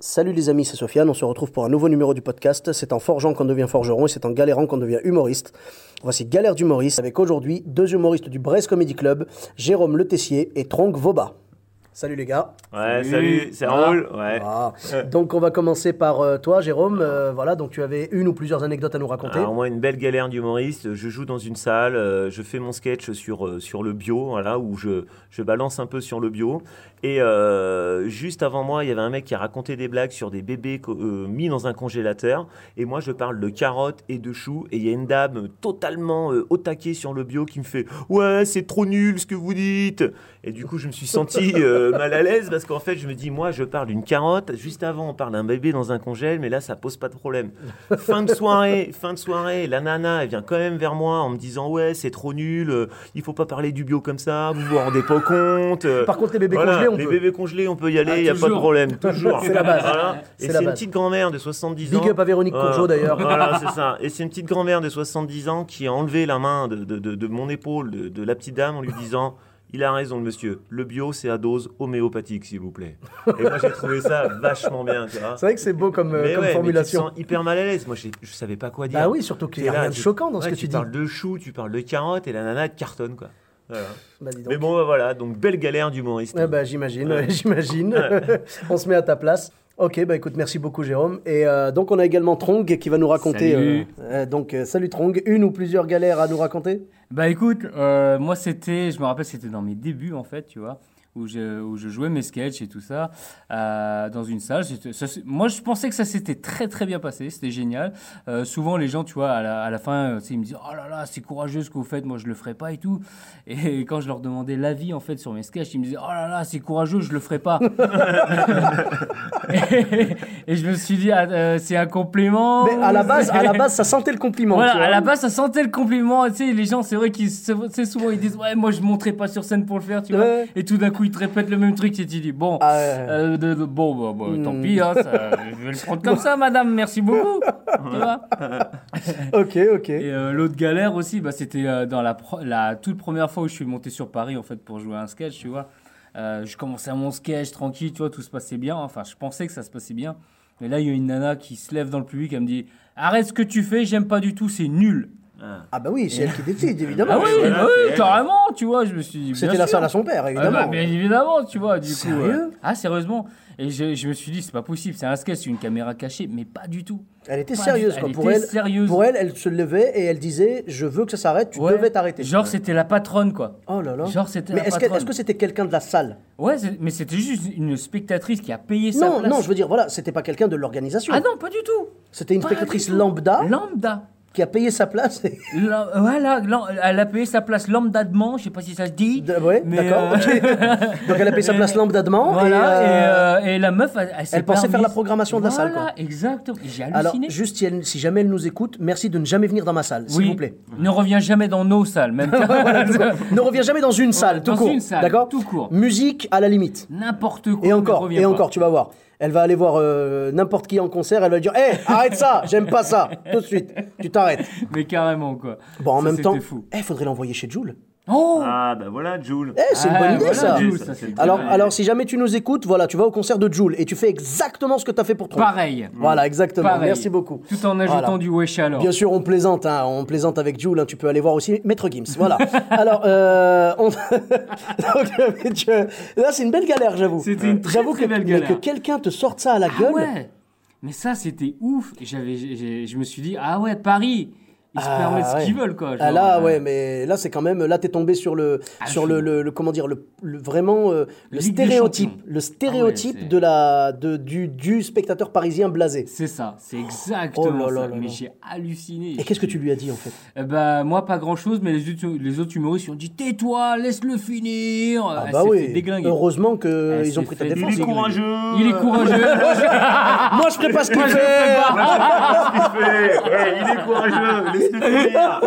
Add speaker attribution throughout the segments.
Speaker 1: Salut les amis, c'est Sofiane. On se retrouve pour un nouveau numéro du podcast. C'est en forgeant qu'on devient forgeron et c'est en galérant qu'on devient humoriste. Voici Galère d'humoriste avec aujourd'hui deux humoristes du Brest Comedy Club, Jérôme Le Tessier et Tronc Voba. Salut les gars.
Speaker 2: Ouais, salut, c'est
Speaker 1: Ah.
Speaker 2: Raoul. Ouais.
Speaker 1: Ah. Donc on va commencer par euh, toi, Jérôme. Euh, voilà, donc tu avais une ou plusieurs anecdotes à nous raconter.
Speaker 2: Alors moi, une belle galère d'humoriste. Je joue dans une salle, euh, je fais mon sketch sur, euh, sur le bio, voilà, où je, je balance un peu sur le bio. Et euh, juste avant moi, il y avait un mec qui a raconté des blagues sur des bébés co- euh, mis dans un congélateur. Et moi, je parle de carottes et de choux. Et il y a une dame totalement euh, au taquet sur le bio qui me fait « Ouais, c'est trop nul ce que vous dites !» Et du coup, je me suis senti euh, mal à l'aise parce qu'en fait, je me dis « Moi, je parle d'une carotte. Juste avant, on parle d'un bébé dans un congèle, mais là, ça pose pas de problème. » Fin de soirée, fin de soirée, la nana, elle vient quand même vers moi en me disant « Ouais, c'est trop nul. euh, il faut pas parler du bio comme ça. Vous vous rendez pas compte. euh,
Speaker 1: Par contre, les bébés
Speaker 2: voilà,
Speaker 1: congelés, on
Speaker 2: les
Speaker 1: peut.
Speaker 2: bébés congelés, on peut y aller, il
Speaker 3: Ah,
Speaker 2: n'y a pas de
Speaker 3: toujours.
Speaker 2: problème, toujours.
Speaker 1: C'est la base.
Speaker 2: Voilà.
Speaker 1: C'est
Speaker 2: Et
Speaker 1: la
Speaker 2: c'est une
Speaker 1: base.
Speaker 2: petite grand-mère de 70 ans.
Speaker 1: Big up à Véronique
Speaker 2: Voilà.
Speaker 1: Courgeot, d'ailleurs.
Speaker 2: Voilà, c'est ça. Et c'est une petite grand-mère de 70 ans qui a enlevé la main de, de- de- de mon épaule, de, de la petite dame, en lui disant. Il a raison, le monsieur. Le bio, c'est à dose homéopathique, s'il vous plaît. Et moi, j'ai trouvé ça vachement bien. tu vois.
Speaker 1: C'est vrai que c'est beau comme, euh,
Speaker 2: Mais
Speaker 1: comme
Speaker 2: ouais, mais
Speaker 1: formulation.
Speaker 2: tu te sens hyper mal à l'aise. Moi, j'ai- je savais pas quoi dire.
Speaker 1: Bah oui, surtout qu'il y a
Speaker 2: T'es là,
Speaker 1: rien de
Speaker 2: tu-
Speaker 1: choquant dans ce
Speaker 2: ouais,
Speaker 1: que tu, dis.
Speaker 2: Tu parles de choux, tu parles de carottes, et la nana te cartonne, quoi. Voilà.
Speaker 1: Bah, dis donc.
Speaker 2: Mais bon, bah, voilà. Donc, belle galère d'humoriste.
Speaker 1: Ah bah, j'imagine, j'imagine. on se met à ta place. Ok, bah écoute, merci beaucoup Jérôme. Et euh, donc on a également Trong qui va nous raconter.
Speaker 3: Salut.
Speaker 1: euh, euh, donc euh, salut Trong, une ou plusieurs galères à nous raconter
Speaker 3: Bah écoute, euh, moi c'était, je me rappelle, c'était dans mes débuts en fait, tu vois, où je, où je jouais mes sketchs et tout ça euh, dans une salle. C'était- ça s'est- moi je pensais que ça s'était très très bien passé, c'était génial. Euh, souvent les gens, tu vois, à la, à la fin, euh, tu sais, ils me disaient Oh là là, c'est courageux ce que vous faites, moi je le ferai pas et tout. Et quand je leur demandais l'avis en fait sur mes sketchs, ils me disaient Oh là là, c'est courageux, je le ferai pas. et, et je me suis dit Ah, euh, C'est un compliment.
Speaker 1: Mais à la
Speaker 3: ou
Speaker 1: base, à la
Speaker 3: c'est-
Speaker 1: base, ça sentait le compliment. tu
Speaker 3: Voilà,
Speaker 1: vois.
Speaker 3: à la base, ça sentait le compliment. Tu sais, les gens, c'est vrai qu'ils se- tu sais, souvent ils disent Ouais, moi je monterai pas sur scène pour le faire, tu vois.
Speaker 1: Ouais.
Speaker 3: Et tout d'un coup, ils te répètent le même truc et tu dis Bon,
Speaker 1: Ah, ouais. Hmm.
Speaker 3: euh, de- de- bon, bah, bah, tant pis, hein, ça- je vais le prendre comme ça, madame, merci beaucoup. tu vois
Speaker 1: Ok, ok.
Speaker 3: et euh, l'autre galère aussi, bah, c'était euh, dans la, pro- la toute première fois où je suis monté sur Paris en fait pour jouer à un sketch, tu vois. Euh, je commençais mon sketch tranquille, tu vois, tout se passait bien. Enfin, je pensais que ça se passait bien. Mais là, il y a une nana qui se lève dans le public, elle me dit Arrête ce que tu fais, j'aime pas du tout, c'est nul.
Speaker 1: Ah bah oui, c'est elle qui décide évidemment.
Speaker 3: Ah oui,
Speaker 2: voilà,
Speaker 3: bah
Speaker 2: c'est
Speaker 3: oui,
Speaker 2: elle.
Speaker 3: carrément, tu vois, je me suis dit.
Speaker 1: C'était
Speaker 3: bien
Speaker 1: la
Speaker 3: sûr.
Speaker 1: salle à son père
Speaker 3: Ah bah,
Speaker 1: évidemment.
Speaker 3: bien évidemment, tu vois, du coup.
Speaker 1: Sérieux
Speaker 3: Ah, sérieusement. Et je, je me suis dit, c'est pas possible, c'est un sketch, c'est une caméra cachée, mais pas du tout.
Speaker 1: Elle était
Speaker 3: Pas
Speaker 1: sérieuse
Speaker 3: du-
Speaker 1: quoi.
Speaker 3: elle
Speaker 1: pour
Speaker 3: était
Speaker 1: elle,
Speaker 3: sérieuse.
Speaker 1: pour elle, elle se levait et elle disait je veux que ça s'arrête, tu
Speaker 3: Ouais.
Speaker 1: devais t'arrêter.
Speaker 3: Genre, c'était la patronne, quoi.
Speaker 1: Oh là là.
Speaker 3: Genre, c'était
Speaker 1: Mais
Speaker 3: la
Speaker 1: est-ce que
Speaker 3: patronne.
Speaker 1: est-ce que c'était quelqu'un de la salle
Speaker 3: Ouais, c'est- mais c'était juste une spectatrice qui a payé sa
Speaker 1: Non,
Speaker 3: place.
Speaker 1: non, je veux dire voilà, c'était pas quelqu'un de l'organisation.
Speaker 3: Ah non, pas du tout.
Speaker 1: C'était une
Speaker 3: Pas du
Speaker 1: spectatrice
Speaker 3: tout.
Speaker 1: lambda
Speaker 3: Lambda.
Speaker 1: qui a payé sa place. et-
Speaker 3: La- voilà, lan- elle a payé sa place lambda de Mans, je sais pas si ça se dit.
Speaker 1: D- ouais,
Speaker 3: mais,
Speaker 1: d'accord.
Speaker 3: euh,
Speaker 1: ok. Donc elle a payé sa place lambda de Mans,
Speaker 3: Voilà,
Speaker 1: et,
Speaker 3: et,
Speaker 1: euh,
Speaker 3: euh, et la meuf, elle, s'est
Speaker 1: elle pensait faire
Speaker 3: permise-
Speaker 1: la programmation de la salle,
Speaker 3: Voilà,
Speaker 1: quoi.
Speaker 3: exactement. Et J'ai halluciné.
Speaker 1: Alors, juste si, elle- si jamais elle nous écoute, merci de ne jamais venir dans ma salle, s'il
Speaker 3: Oui.
Speaker 1: vous plaît.
Speaker 3: Ne reviens jamais dans nos salles, même.
Speaker 1: Ne reviens jamais dans une salle, tout
Speaker 3: dans
Speaker 1: court.
Speaker 3: une salle,
Speaker 1: d'accord
Speaker 3: tout court.
Speaker 1: Musique à la limite.
Speaker 3: N'importe quoi.
Speaker 1: Et
Speaker 3: ne
Speaker 1: encore,
Speaker 3: reviens
Speaker 1: et
Speaker 3: pas.
Speaker 1: encore, tu vas voir. Elle va aller voir euh, n'importe qui en concert, elle va lui dire Hé, arrête ça, j'aime pas ça, tout de suite, tu t'arrêtes.
Speaker 3: Mais carrément, quoi.
Speaker 1: Bon, en
Speaker 3: Ça,
Speaker 1: même
Speaker 3: c'était
Speaker 1: temps,
Speaker 3: fou.
Speaker 1: il faudrait l'envoyer chez Jules.
Speaker 3: Oh
Speaker 2: Ah, bah voilà, Jules.
Speaker 1: Eh, c'est une
Speaker 3: Ah,
Speaker 1: bonne idée
Speaker 3: voilà,
Speaker 1: ça.
Speaker 3: Jules, ça, c'est une
Speaker 1: alors,
Speaker 3: bonne
Speaker 1: alors, si jamais tu nous écoutes, voilà, tu vas au concert de Jules et tu fais exactement ce que tu as fait pour toi.
Speaker 3: Pareil.
Speaker 1: Voilà, exactement.
Speaker 3: Pareil.
Speaker 1: Merci beaucoup.
Speaker 3: Tout en ajoutant
Speaker 1: Voilà.
Speaker 3: du wesh alors.
Speaker 1: Bien sûr, on plaisante, hein, on plaisante avec Jules. hein, tu peux aller voir aussi Maître Gims. Voilà. Alors, euh, on- Donc, mais tu- là, c'est une belle galère, j'avoue.
Speaker 3: C'était une très,
Speaker 1: J'avoue
Speaker 3: très
Speaker 1: que,
Speaker 3: belle
Speaker 1: mais
Speaker 3: galère.
Speaker 1: que quelqu'un te sorte ça à la gueule.
Speaker 3: Ah ouais. Mais ça, c'était ouf. J'avais, j'ai- j'ai- je me suis dit, ah ouais, Paris. ils se
Speaker 1: Ah,
Speaker 3: permettent ce qu'ils
Speaker 1: ouais.
Speaker 3: veulent, quoi.
Speaker 1: Ah
Speaker 3: genre,
Speaker 1: là,
Speaker 3: euh,
Speaker 1: ouais, mais là, c'est quand même. Là, t'es tombé sur le.
Speaker 3: Ah,
Speaker 1: sur
Speaker 3: je-
Speaker 1: le, le- le- Comment dire le, le- Vraiment. euh, le
Speaker 3: Ligue des
Speaker 1: stéréotype.
Speaker 3: champions.
Speaker 1: Le stéréotype
Speaker 3: Ah ouais, c'est-
Speaker 1: de la, de, du, du spectateur parisien blasé.
Speaker 3: C'est ça, c'est
Speaker 1: là
Speaker 3: exactement
Speaker 1: Oh, là
Speaker 3: ça.
Speaker 1: là
Speaker 3: mais
Speaker 1: là.
Speaker 3: j'ai halluciné.
Speaker 1: Et qu'est-ce que tu lui as dit, en fait
Speaker 3: Eh ben, moi, pas grand-chose, mais les autres, les autres humoristes ils ont dit Tais-toi, laisse-le finir.
Speaker 1: Ah,
Speaker 3: Elle
Speaker 1: bah
Speaker 3: s'est
Speaker 1: oui.
Speaker 3: fait déglinguer.
Speaker 1: Heureusement
Speaker 3: Elle
Speaker 1: qu'ils
Speaker 3: s'est
Speaker 1: ont pris ta
Speaker 3: fait
Speaker 1: défense.
Speaker 2: Il est
Speaker 3: déglinguer.
Speaker 2: courageux.
Speaker 3: Il est courageux.
Speaker 1: Moi, je ferai pas ce qu'il
Speaker 3: Moi, je le
Speaker 1: fait.
Speaker 3: prépare.
Speaker 2: Il fait, ouais, il est courageux. Laisse-le finir.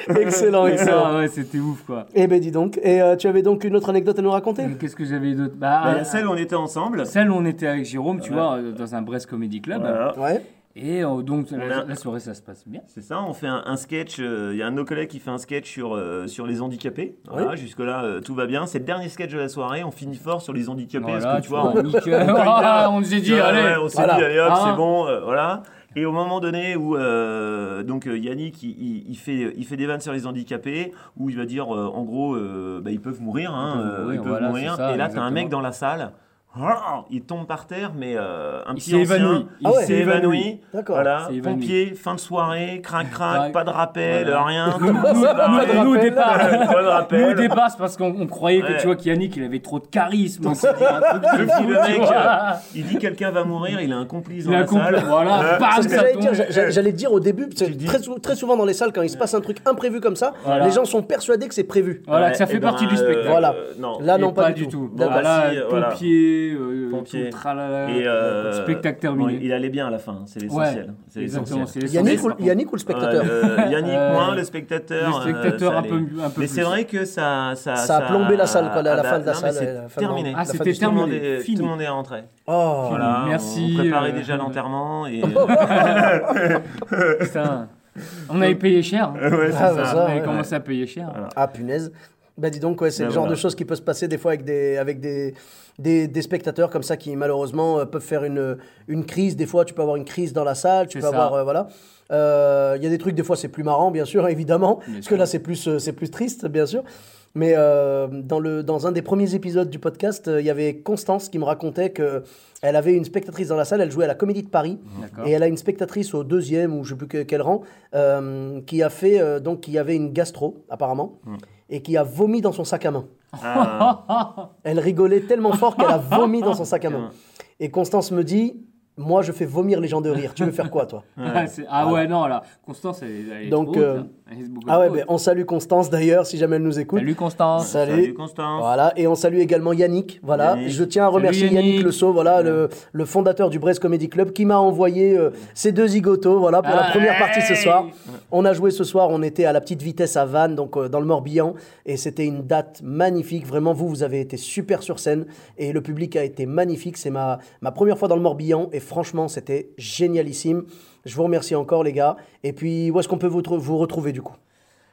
Speaker 1: Excellent, excellent.
Speaker 3: Ah ouais, c'était ouf, quoi.
Speaker 1: Eh ben, dis donc. Et euh, tu avais donc une autre anecdote à nous raconter
Speaker 3: Euh, Qu'est-ce que j'avais d'autre bah,
Speaker 2: Bah,
Speaker 3: euh,
Speaker 2: celle où on était ensemble.
Speaker 3: celle où on était avec Jérôme, tu vois, euh, dans un Brest Comedy Club.
Speaker 2: Voilà.
Speaker 1: Ouais.
Speaker 3: Et euh, donc, la,
Speaker 2: a-
Speaker 3: la soirée, ça se passe bien.
Speaker 2: C'est ça, on fait un, un sketch. euh, Il y a un de nos collègues qui fait un sketch sur, euh, sur les handicapés. Voilà, Jusque-là, euh, tout va bien. C'est le dernier sketch de la soirée. On finit fort sur les handicapés.
Speaker 3: Voilà,
Speaker 2: parce que, tu vois, on-
Speaker 3: nickel.
Speaker 2: on-
Speaker 3: Ah, on s'est dit,
Speaker 2: Ouais,
Speaker 3: allez.
Speaker 2: ouais, on s'est
Speaker 1: voilà.
Speaker 2: dit, allez hop,
Speaker 3: Hein
Speaker 2: c'est bon, euh, voilà. Et au moment donné où euh, donc euh, Yannick il, il- il fait il fait des vannes sur les handicapés où il va dire euh, en gros euh, bah, ils peuvent mourir hein,
Speaker 3: Ils peuvent
Speaker 2: euh,
Speaker 3: mourir,
Speaker 2: ils peuvent
Speaker 3: voilà,
Speaker 2: mourir.
Speaker 3: c'est ça,
Speaker 2: et là t'as un mec
Speaker 3: exactement.
Speaker 2: dans la salle ah, il tombe par terre mais euh, un
Speaker 3: Il
Speaker 2: petit
Speaker 3: s'est
Speaker 2: ancien,
Speaker 3: évanoui. Il
Speaker 2: il
Speaker 1: s'est
Speaker 2: s'est
Speaker 3: évanoui.
Speaker 2: évanoui
Speaker 1: D'accord.
Speaker 2: voilà
Speaker 3: C'est évanoui.
Speaker 2: pompier fin de soirée crac
Speaker 3: Crac.
Speaker 2: crac pas de rappel
Speaker 3: Voilà.
Speaker 2: rien
Speaker 3: Nous, nous,
Speaker 2: C'est pareil.
Speaker 3: nous, nous, au départ,
Speaker 2: Pas de rappel.
Speaker 3: nous, au départ, c'est parce qu'on on croyait que
Speaker 2: Ouais.
Speaker 3: tu vois qu'Yannick il avait trop de charisme. On s'est dit un truc de fou,
Speaker 2: le mec,
Speaker 3: tu vois.
Speaker 2: euh, il dit quelqu'un va mourir il a un complice
Speaker 3: Il
Speaker 2: dans
Speaker 3: a
Speaker 2: la
Speaker 3: compris.
Speaker 2: salle
Speaker 3: Voilà, bam,
Speaker 1: C'est ce que
Speaker 3: Ah, ça
Speaker 1: j'allais
Speaker 3: tombe.
Speaker 1: dire. J'a- j'a- J'allais te dire au début, parce que
Speaker 2: dis-
Speaker 1: très, sou- très souvent dans les salles, quand il se passe un truc imprévu comme ça,
Speaker 3: Voilà.
Speaker 1: les gens sont persuadés que c'est prévu.
Speaker 3: Voilà,
Speaker 2: Ouais,
Speaker 3: que ça
Speaker 2: eh
Speaker 3: fait
Speaker 2: ben,
Speaker 3: partie du
Speaker 2: euh,
Speaker 3: spectacle.
Speaker 1: Voilà.
Speaker 2: non.
Speaker 1: Là,
Speaker 3: Et
Speaker 1: Ah non, pas, du tout.
Speaker 2: Bon,
Speaker 3: Voilà,
Speaker 2: bah, si, voilà.
Speaker 3: pompier, euh,
Speaker 2: Pompier.
Speaker 3: tout, tralala,
Speaker 2: Et euh,
Speaker 3: spectacle
Speaker 2: bon,
Speaker 3: terminé.
Speaker 2: il allait bien à la fin, hein, c'est l'essentiel.
Speaker 3: ouais,
Speaker 2: c'est
Speaker 3: exactement, c'est
Speaker 2: l'essentiel.
Speaker 3: l'essentiel.
Speaker 1: bah, Yannick, ou, Yannick
Speaker 3: par contre.
Speaker 1: ou le spectateur
Speaker 2: Ouais, euh, Yannick
Speaker 3: Euh,
Speaker 2: moins, le spectateur. euh,
Speaker 3: le spectateur
Speaker 2: ça
Speaker 3: un peu-
Speaker 2: allait.
Speaker 3: un peu
Speaker 2: Mais
Speaker 3: plus.
Speaker 2: c'est vrai que ça, ça,
Speaker 1: Ça a plombé la salle, quoi, la- la
Speaker 2: bah,
Speaker 1: fin de la
Speaker 2: non, mais
Speaker 1: salle,
Speaker 2: c'est
Speaker 1: la fin de-
Speaker 2: terminé.
Speaker 1: la
Speaker 3: Ah,
Speaker 1: fin
Speaker 3: c'était
Speaker 1: du-
Speaker 2: Tout le monde
Speaker 3: terminé,
Speaker 2: est-
Speaker 3: fini.
Speaker 2: tout le monde est rentré.
Speaker 1: Oh,
Speaker 2: Voilà,
Speaker 3: Merci,
Speaker 2: On préparait
Speaker 3: euh, Oh,
Speaker 2: déjà l'enterrement et.
Speaker 3: Putain. On avait payé cher. hein.
Speaker 2: Ouais, c'est
Speaker 1: Ah, bah,
Speaker 2: ça.
Speaker 3: On
Speaker 1: ça,
Speaker 3: avait
Speaker 1: ouais.
Speaker 3: commencé à payer cher.
Speaker 1: Ah punaise. Bah dis donc, ouais, c'est
Speaker 2: Ben
Speaker 1: le genre
Speaker 2: voilà.
Speaker 1: de choses qui peut se passer des fois avec des, avec des, des, des spectateurs comme ça qui malheureusement euh, peuvent faire une, une crise. Des fois, tu peux avoir une crise dans la salle, tu
Speaker 3: C'est
Speaker 1: peux
Speaker 3: ça.
Speaker 1: avoir... euh, voilà. Euh, Il y a des trucs, des fois, c'est plus marrant, bien sûr, évidemment, parce que
Speaker 3: sûr.
Speaker 1: là, c'est plus, euh, c'est plus triste, bien sûr. Mais euh, dans, le, dans un des premiers épisodes du podcast, euh, il y avait Constance qui me racontait que elle avait une spectatrice dans la salle, elle jouait à la Comédie de Paris,
Speaker 3: Mmh. D'accord.
Speaker 1: et elle a une spectatrice au deuxième ou je sais plus que- quel rang euh, qui a fait euh, donc qui avait une gastro apparemment
Speaker 3: Mmh.
Speaker 1: et qui a vomi dans son sac à main.
Speaker 3: Ah.
Speaker 1: Elle rigolait tellement fort qu'elle a vomi dans son sac à main. Et Constance me dit moi je fais vomir les gens de rire. Tu veux faire quoi toi
Speaker 3: Ah, c'est- ah ouais, non, là. Constance, elle, est- elle est
Speaker 1: Donc,
Speaker 3: trop haute,
Speaker 1: euh,
Speaker 3: hein. Elle est beaucoup
Speaker 1: Ah ouais,
Speaker 3: trop
Speaker 1: ben,
Speaker 3: haute.
Speaker 1: on salue Constance d'ailleurs si jamais elle nous écoute.
Speaker 3: Salut Constance.
Speaker 1: Salut.
Speaker 2: Salut, Constance.
Speaker 1: Voilà, et on salue également Yannick. Voilà,
Speaker 2: Yannick.
Speaker 1: je tiens à remercier
Speaker 3: Yannick.
Speaker 1: Yannick. Le Sceau, voilà, le, le fondateur du Brest Comedy Club, qui m'a envoyé euh, ces deux zigotos, voilà, pour la
Speaker 3: Ah,
Speaker 1: première partie ce
Speaker 3: hey.
Speaker 1: soir. On a joué ce soir, on était à la petite vitesse à Vannes, donc euh, dans le Morbihan, et c'était une date magnifique. Vraiment, vous, vous avez été super sur scène, et le public a été magnifique. C'est ma, ma première fois dans le Morbihan, et franchement, c'était génialissime. Je vous remercie encore, les gars. Et puis, où est-ce qu'on peut vous, tr- vous retrouver du coup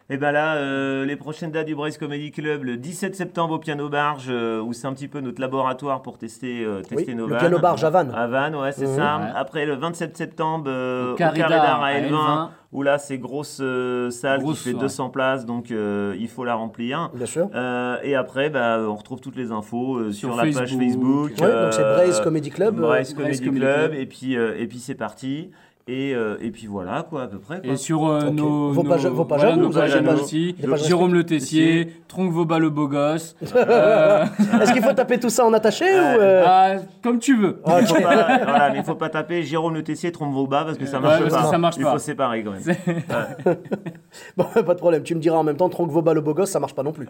Speaker 2: Et ben là, euh, les prochaines dates du Brest Comedy Club, le 17 septembre au Piano Barge, euh, où c'est un petit peu notre laboratoire pour tester, euh, tester
Speaker 1: Oui,
Speaker 2: nos
Speaker 1: le
Speaker 2: vannes.
Speaker 1: Piano Barge à Vannes.
Speaker 2: À Vannes, ouais, c'est ça.
Speaker 3: Ouais.
Speaker 2: Après, le 27 septembre, euh,
Speaker 3: Au
Speaker 2: au
Speaker 3: Carré
Speaker 2: Carré
Speaker 3: d'Art
Speaker 2: d'Art
Speaker 3: à
Speaker 2: à
Speaker 3: Elvin.
Speaker 2: Elvin, où là, c'est grosse euh, salle
Speaker 3: Grosse,
Speaker 2: qui fait
Speaker 3: ouais.
Speaker 2: 200 places, donc euh, il faut la remplir.
Speaker 1: Bien sûr.
Speaker 2: Euh, et après, bah, on retrouve toutes les infos euh, sur,
Speaker 3: Sur
Speaker 2: la page
Speaker 3: Facebook.
Speaker 2: Facebook.
Speaker 3: Ouais,
Speaker 1: donc c'est Brest Comedy Club, euh,
Speaker 2: Brest
Speaker 3: Brest
Speaker 2: Comedy
Speaker 3: Comedy
Speaker 2: Club,
Speaker 3: Club.
Speaker 2: et puis, euh, et puis c'est parti. Et, euh, et puis voilà, quoi, à peu près. quoi.
Speaker 3: Et sur euh,
Speaker 1: Ok.
Speaker 3: nos,
Speaker 1: Vos
Speaker 3: nos-
Speaker 1: pages- vos pages à
Speaker 3: voilà,
Speaker 1: vous,
Speaker 3: nos
Speaker 2: vos
Speaker 3: pages
Speaker 2: pages
Speaker 3: à
Speaker 2: à
Speaker 3: nous
Speaker 2: nous.
Speaker 3: aussi,
Speaker 1: Des pages
Speaker 3: Jérôme Le Tessier, Tronc Vauba le beau gosse, euh,
Speaker 1: Est-ce qu'il faut taper tout ça en attaché ou euh,
Speaker 3: ah, comme tu veux.
Speaker 2: Oh, Il faut pas- voilà, mais il faut pas taper Jérôme Le Tessier, trompe vos bas parce que ça marche
Speaker 3: parce que
Speaker 2: pas.
Speaker 3: ça marche
Speaker 2: il
Speaker 3: pas.
Speaker 2: faut séparer quand même.
Speaker 1: Bon, pas de problème, tu me diras en même temps, Tronc Vauba le beau gosse, ça marche pas non plus.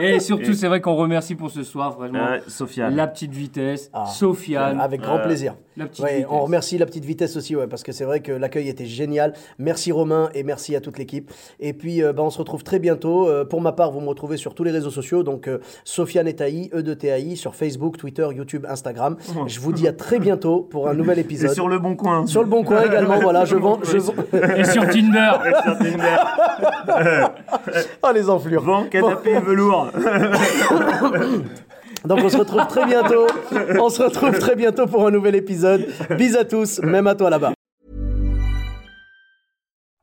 Speaker 3: Et surtout, c'est vrai qu'on remercie pour ce soir, vraiment,
Speaker 2: Ouais, Euh, Sofiane.
Speaker 3: la petite vitesse,
Speaker 1: Ah.
Speaker 3: Sofiane.
Speaker 1: Avec grand plaisir.
Speaker 3: La petite
Speaker 1: Ouais,
Speaker 3: vitesse.
Speaker 1: on remercie la petite vitesse aussi, ouais, parce que c'est vrai que l'accueil était génial. Merci Romain et merci à toute l'équipe. Et puis, euh, bah, on se retrouve très bientôt. Euh, pour ma part, vous me retrouvez sur tous les réseaux sociaux, donc euh, Sofiane et Taï, E2TAI, sur Facebook, Twitter, YouTube, Instagram. Je vous dis à très bientôt pour un nouvel
Speaker 2: Et
Speaker 1: épisode.
Speaker 2: sur le bon coin.
Speaker 1: Oh. Sur le bon coin également, voilà, je vends. Je vends...
Speaker 3: Et sur Tinder.
Speaker 2: Sur Tinder.
Speaker 1: ah, les enflures.
Speaker 2: Bon, canapé et velours.
Speaker 1: Donc on se retrouve très bientôt. On se retrouve très bientôt pour un nouvel épisode. Bis à tous, même à toi là-bas.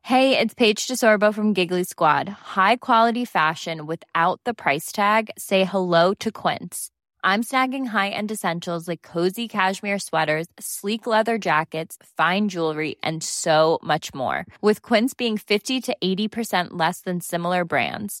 Speaker 4: Hey, it's Paige DeSorbo from Giggly Squad. High quality fashion without the price tag. Say hello to Quince. I'm snagging high-end essentials like cozy cashmere sweaters, sleek leather jackets, fine jewelry, and so much more. With Quince being 50 to 80% less than similar brands.